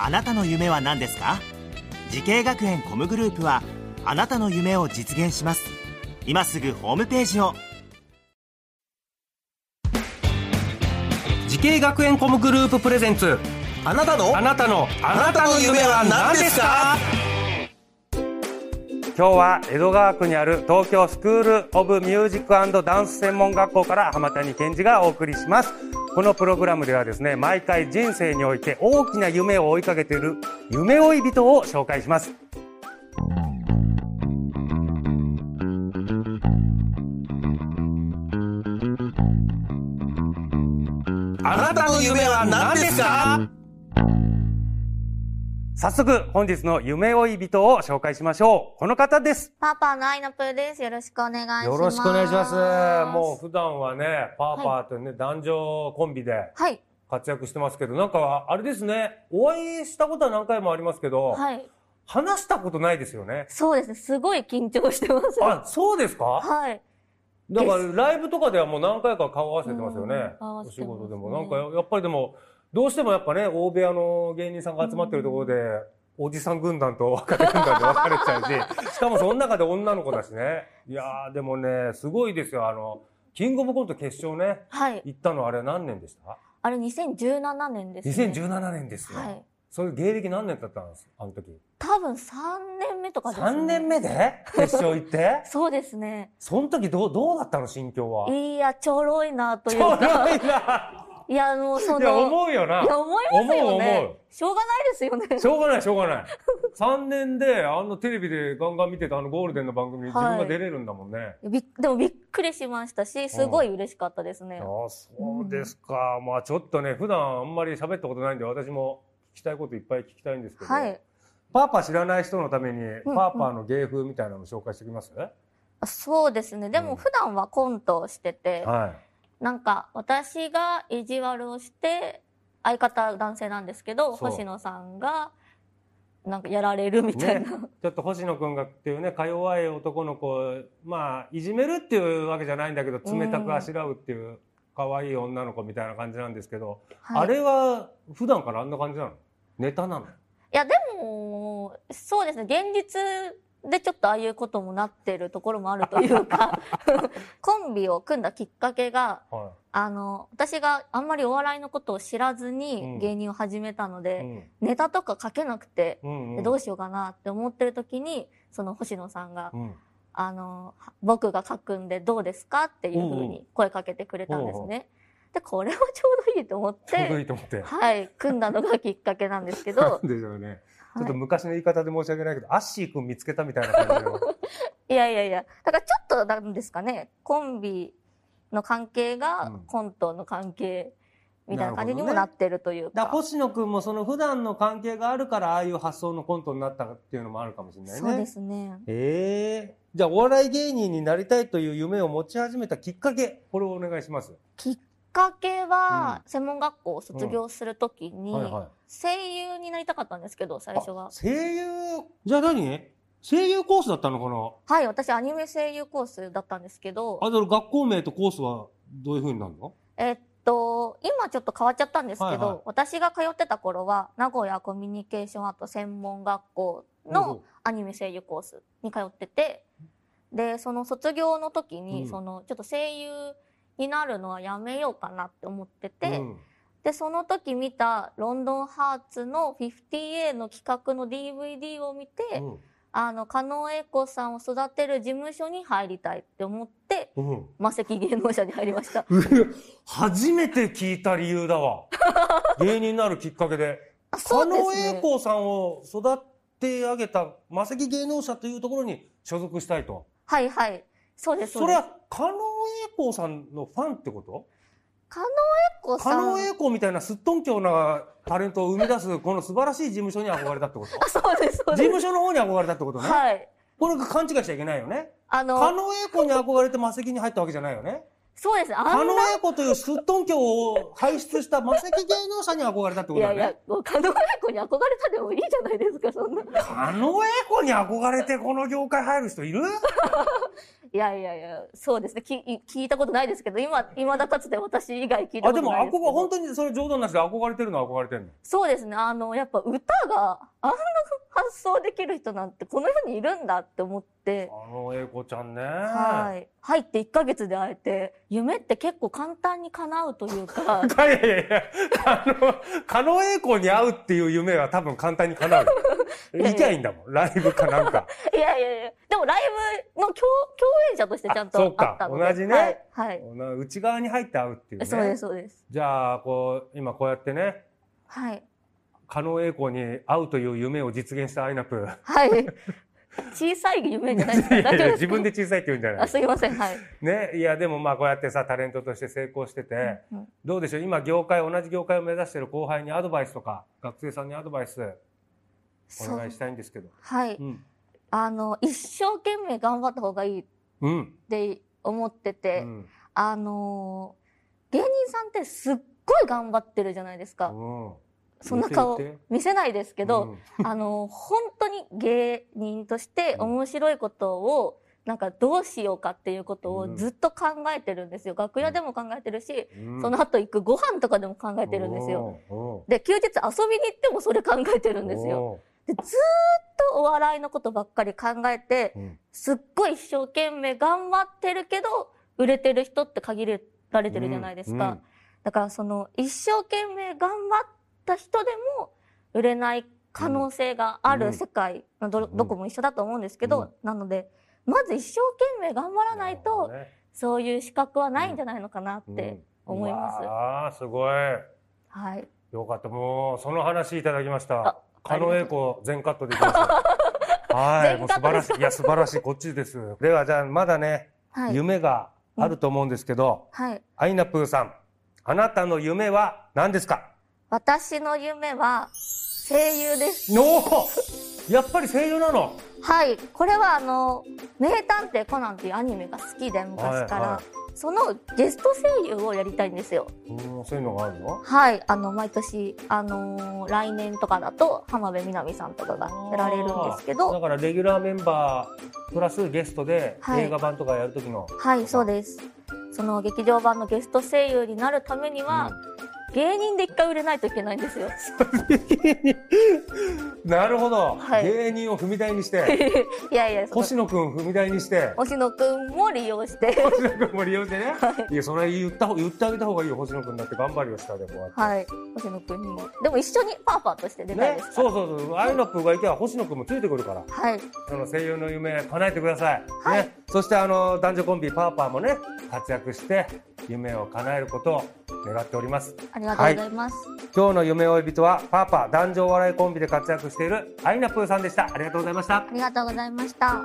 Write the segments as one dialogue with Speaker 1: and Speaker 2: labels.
Speaker 1: あなたの夢は何ですか時系学園コムグループはあなたの夢を実現します今すぐホームページを
Speaker 2: 時系学園コムグループプレゼンツ
Speaker 3: あなたの
Speaker 2: あなたのあ
Speaker 3: あなたの夢は何ですか
Speaker 2: 今日は江戸川区にある東京スクールオブミュージックダンス専門学校から浜谷健二がお送りしますこのプログラムではですね毎回人生において大きな夢を追いかけている夢追い人を紹介します
Speaker 3: あなたの夢は何ですか
Speaker 2: 早速本日の夢追い人を紹介しましょうこの方です
Speaker 4: パパのアイナプーです。よろしくお願いします。
Speaker 2: よろしくお願いします。もう普段はね、パーパーとね、男女コンビで
Speaker 4: はい。
Speaker 2: 活躍してますけど、なんかあれですね、お会いしたことは何回もありますけど、
Speaker 4: はい。
Speaker 2: 話したことないですよね。
Speaker 4: そうですね。すごい緊張してます。
Speaker 2: あ、そうですか
Speaker 4: はい。
Speaker 2: だからライブとかではもう何回か顔合わせてますよね
Speaker 4: うん。合わ
Speaker 2: お
Speaker 4: せ
Speaker 2: 仕
Speaker 4: てます
Speaker 2: 事
Speaker 4: ね
Speaker 2: でも。なんかやっぱりでも、どうしてもやっぱね、大部屋の芸人さんが集まってるところで、おじさん軍団と 若手軍団で分かれちゃうし、しかもその中で女の子だしね。いやー、でもね、すごいですよ。あの、キングオブコント決勝ね。
Speaker 4: はい。
Speaker 2: 行ったのあれ何年でした
Speaker 4: あれ2017年です、ね。
Speaker 2: 2017年ですよ、
Speaker 4: はい。
Speaker 2: それ芸歴何年経ったんですあの時
Speaker 4: 多分3年目とかです、ね。
Speaker 2: 3年目で決勝行って
Speaker 4: そうですね。
Speaker 2: その時どうどうだったの心境はい
Speaker 4: や、ちょろいなという
Speaker 2: ちょろい
Speaker 4: か。
Speaker 2: ない
Speaker 4: や、もうその。
Speaker 2: いや思うよ
Speaker 4: いや
Speaker 2: な
Speaker 4: 思いますよね。
Speaker 2: 思う思う
Speaker 4: しょうがないですよね。
Speaker 2: しょうがないしょうがない3年であのテレビでガンガン見てたあのゴールデンの番組、
Speaker 4: はい
Speaker 2: 自分が出れるんだもんね
Speaker 4: びっでもびっくりしましたし、すごい嬉しかったですね。
Speaker 2: ああそうですか、まあちょっとね普段あんまり喋ったことないんで私も聞きたいこといっぱい聞きたいんですけど、
Speaker 4: はい。
Speaker 2: パーパー知らない人のために、
Speaker 4: うん
Speaker 2: パーパーの芸風みたいなの紹介してきます、
Speaker 4: そうですね。で
Speaker 2: うん
Speaker 4: も普段はコントをしてて、
Speaker 2: はい
Speaker 4: なんか私が意地悪をして相方男性なんですけど
Speaker 2: そう
Speaker 4: 星野さんがなんかやられるみたいな、
Speaker 2: ちょっと星野くんがっていうねか弱い男の子をまあいじめるっていうわけじゃないんだけど冷たくあしらうっていう可愛い女の子みたいな感じなんですけど、
Speaker 4: はい
Speaker 2: あれは普段からあんな感じなのネタなの
Speaker 4: いやでもそうですね現実でちょっとああいうこともなってるところもあるという かコンビを組んだきっかけが
Speaker 2: は
Speaker 4: あの私があんまりお笑いのことを知らず
Speaker 2: うん
Speaker 4: に芸人を始めたの
Speaker 2: い、
Speaker 4: で、ネタとか書けなくて、
Speaker 2: うん
Speaker 4: でどうしようかなって思ってる時にその星野さんが
Speaker 2: うん
Speaker 4: あの、は僕が書くんでどうですかっていうふうに声かけてくれたんです
Speaker 2: うん
Speaker 4: ね。で、これはちょうどいいと思っ
Speaker 2: ちょうどい
Speaker 4: て、
Speaker 2: いと思 って、
Speaker 4: はい、組んだのがきっかけなんですけ
Speaker 2: な
Speaker 4: ど
Speaker 2: ん、でしょうねちょっ
Speaker 4: は
Speaker 2: と昔の言い方で申し訳ないけど、アッシーくん見つけたみたいな感じ の
Speaker 4: い、いやいやいや、だからちょっとなんですかね、コンビの関係
Speaker 2: う
Speaker 4: が
Speaker 2: ん
Speaker 4: コントの関係みたいな感じにも
Speaker 2: な
Speaker 4: な
Speaker 2: るほどね
Speaker 4: ってるという
Speaker 2: だから
Speaker 4: か。
Speaker 2: 星野くんもその普段の関係があるからああいう発想のコントになったっていうのもあるかもしれないね
Speaker 4: そうですね。
Speaker 2: ええじゃあお笑い芸人になりたいという夢を持ち始めたきっかけ、これをお願いします。
Speaker 4: きっかけは、専門学校を卒業するときに、
Speaker 2: い。
Speaker 4: 声優になりたかったんですけど、最初は
Speaker 2: あ。声優、じゃあ何声優コースだったのか
Speaker 4: はい、私アニメ声優コースだったんですけど、
Speaker 2: なあ、だから学校名とコースはどういう風になるの
Speaker 4: えっと、今ちょっと変わっちゃったんですけど、
Speaker 2: はいはい
Speaker 4: 私が通ってた頃は、名古屋コミュニケーションアート専門学校のアニメ声優コースに通ってて、で、その卒業の時に、
Speaker 2: うん
Speaker 4: その、ちょっと声優になるのはやめようかなって思ってて、
Speaker 2: うん
Speaker 4: で、その時見たロンドンハーツの 50A の企画の DVD を見て、あの、加納英子さんを育てる事務所に入りたいって思って、
Speaker 2: うんうん
Speaker 4: 魔石芸能者に入りました。
Speaker 2: 初めて聞いた理由だ わ。芸人になるきっかけで。
Speaker 4: あ
Speaker 2: 加
Speaker 4: そうで
Speaker 2: 納
Speaker 4: すね
Speaker 2: 栄光さんを育て上げた魔石芸能者というところに所属したいと。
Speaker 4: はいはい。そうです。
Speaker 2: それ
Speaker 4: うです
Speaker 2: は加納栄光さんのファンってこと
Speaker 4: 加納栄子
Speaker 2: 加
Speaker 4: さん
Speaker 2: 納栄子みたいなすっとんきょうなタレントを生み出す、この素晴らしい事務所に憧れたってこと
Speaker 4: あそうですそう
Speaker 2: 事
Speaker 4: で
Speaker 2: 務所の方に憧れたってこと
Speaker 4: す
Speaker 2: ね。
Speaker 4: はい
Speaker 2: これ勘違いしちゃいけないよね。
Speaker 4: あの
Speaker 2: 加納栄子に憧れて魔石に入ったわけじゃないよね。
Speaker 4: そうですあんな
Speaker 2: 加納栄子というすっとんきょうを輩出した魔石芸能者に憧れたってこ
Speaker 4: い
Speaker 2: とだ
Speaker 4: や
Speaker 2: ね。
Speaker 4: いやもう加納栄子に憧れたでもいいじゃないですかそんな
Speaker 2: 加納栄子に憧れてこの業界入る人いる
Speaker 4: いやいやいやそうですねきい聞いたことないですけど今いまだかつて私以外聞いた
Speaker 2: あ、
Speaker 4: こ
Speaker 2: で
Speaker 4: と
Speaker 2: も
Speaker 4: ないですけ
Speaker 2: 憧
Speaker 4: ど
Speaker 2: れ、本当にそれ冗談なしで憧れてるのは憧れてるの。
Speaker 4: そうですねあのやっぱ歌があんな発想できる人なんてこの世にいるんだって思って
Speaker 2: 加納栄子ちゃんね。
Speaker 4: はい入って1ヶ月で会えて夢って結構簡単に叶うとい うか
Speaker 2: いやいやいや、あの、狩野英孝に会うっていう夢は多分簡単に叶うよ。
Speaker 4: いや
Speaker 2: 行きゃいいんだもん。ライブかなんか。
Speaker 4: いやいやい やでもライブの共共演者としてちゃん
Speaker 2: あそう
Speaker 4: と
Speaker 2: か
Speaker 4: あったので
Speaker 2: 同じね
Speaker 4: はい、はい
Speaker 2: な内側に入って会うっていうね。
Speaker 4: そうですそうです
Speaker 2: じゃあ、こう、今こうやってね、
Speaker 4: はい
Speaker 2: 狩野英孝に会うという夢を実現したアイナプー。
Speaker 4: はい小さい夢じゃないです
Speaker 2: い
Speaker 4: か
Speaker 2: や
Speaker 4: 大
Speaker 2: い
Speaker 4: 丈夫
Speaker 2: や
Speaker 4: です
Speaker 2: 自分で小さいって言うんじゃない
Speaker 4: あすいませんはい、
Speaker 2: ね。いや、でもまあこうやってさ、タレントとして成功してて、
Speaker 4: うん
Speaker 2: どうでしょう今業界、同じ業界を目指してる後輩にアドバイスとか、学生さんにアドバイスお願いしたいんですけど。
Speaker 4: はい、
Speaker 2: うん。
Speaker 4: あの一生懸命頑張った方がいいっ
Speaker 2: うん。
Speaker 4: て思ってて、
Speaker 2: うん
Speaker 4: あのー芸人さんってすっごい頑張ってるじゃないですか、
Speaker 2: うん。
Speaker 4: そんな顔
Speaker 2: 言って言って
Speaker 4: 見せないですけ
Speaker 2: う
Speaker 4: ど、
Speaker 2: ん
Speaker 4: あのー本当に芸人として
Speaker 2: うん
Speaker 4: 面白いことをなんかどうしようかっていうことをずっと考えてるんですよ楽屋でも考えてるし、その後行くご飯とかでも考えてるんですよ。
Speaker 2: よ。
Speaker 4: で休日遊びに行ってもそれ考えてるんですよ。
Speaker 2: よ。
Speaker 4: でずーっとお笑いのことばっかり考えて、
Speaker 2: うん
Speaker 4: すっごい一生懸命頑張ってるけど売れてる人って限られてるじゃないですか、
Speaker 2: うんうん
Speaker 4: だからその一生懸命頑張った人でも売れない可能性があ
Speaker 2: うん
Speaker 4: る世界、ど
Speaker 2: うん
Speaker 4: どこも一緒だと思うんですけど、
Speaker 2: うん
Speaker 4: なのでまず一生懸命頑張らないと、
Speaker 2: る
Speaker 4: そういう資格はないんじゃないのかなっ
Speaker 2: ほど
Speaker 4: て
Speaker 2: ね、
Speaker 4: 思います、
Speaker 2: ああ、すごい。
Speaker 4: はい
Speaker 2: よかった。もう、その話いただきました
Speaker 4: あ。
Speaker 2: 狩野英孝、全カットでき ました。はい。もう
Speaker 4: 全
Speaker 2: 素
Speaker 4: カ
Speaker 2: 晴
Speaker 4: ットで
Speaker 2: ら
Speaker 4: す
Speaker 2: しい。いや、素晴らしい。こっちです。では、じゃあ、まだね、
Speaker 4: はい、
Speaker 2: 夢があると思うんですけど、
Speaker 4: はい、
Speaker 2: アイナプーさん、あなたの夢は何ですか
Speaker 4: 私の夢は声優です
Speaker 2: おおやっぱり声優なの
Speaker 4: はい、これはあの「名探偵コナン」っていうアニメが好きで昔から、
Speaker 2: はいは
Speaker 4: そのゲスト声優をやりたいんですよ
Speaker 2: うん、そういうのがあるの
Speaker 4: はいあの毎年、あのー来年とかだと浜辺美波さんとかがやられるんですけ
Speaker 2: だ
Speaker 4: ど
Speaker 2: からレギュラーメンバープラスゲストで
Speaker 4: はい
Speaker 2: 映画版とかやる時の、
Speaker 4: はいそうですその劇場版のゲスト声優になるためには、芸人で一回売れないといけないんですよ
Speaker 2: なるほど、
Speaker 4: はい
Speaker 2: 芸人を踏み台にして
Speaker 4: いやいやその
Speaker 2: 星野くん踏み台にして
Speaker 4: 星野くんも利用し て
Speaker 2: 星野くんも利用してね、い、やそれ言った方言ってあげた方がいいよ星野くんだって頑張るよ下でこうやって。
Speaker 4: はい星野くんにもでも一緒にパーパーとして出たい
Speaker 2: ね
Speaker 4: です、から
Speaker 2: そうそうそう、アイナップがいけば星野くんもついてくるから、
Speaker 4: はい
Speaker 2: その声優の夢叶えてください。
Speaker 4: はい
Speaker 2: ね、そしてあの男女コンビパーパーもね、活躍して夢を叶えることを願っております。
Speaker 4: ありがとうございます、
Speaker 2: 今日の夢追い人はパーパー男女お笑いコンビで活躍しているアイナプーさんでしたありがとうございました
Speaker 4: ありがとうございました。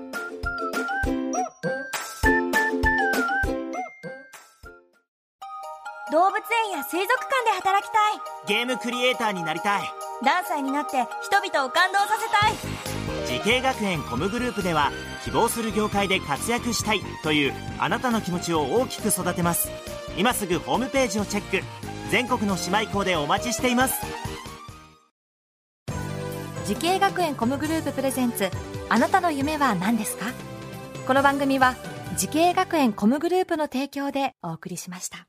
Speaker 5: 動物園や水族館で働きたい
Speaker 1: ゲームクリエイターになりたい
Speaker 5: 何歳になって人々を感動させたい
Speaker 1: 時系学園コムグループでは希望する業界で活躍したいというあなたの気持ちを大きく育てます今すぐホームページをチェック全国の姉妹校でお待ちしています
Speaker 6: 時系学園コムグループプレゼンツあなたの夢は何ですかこの番組は時系学園コムグループの提供でお送りしました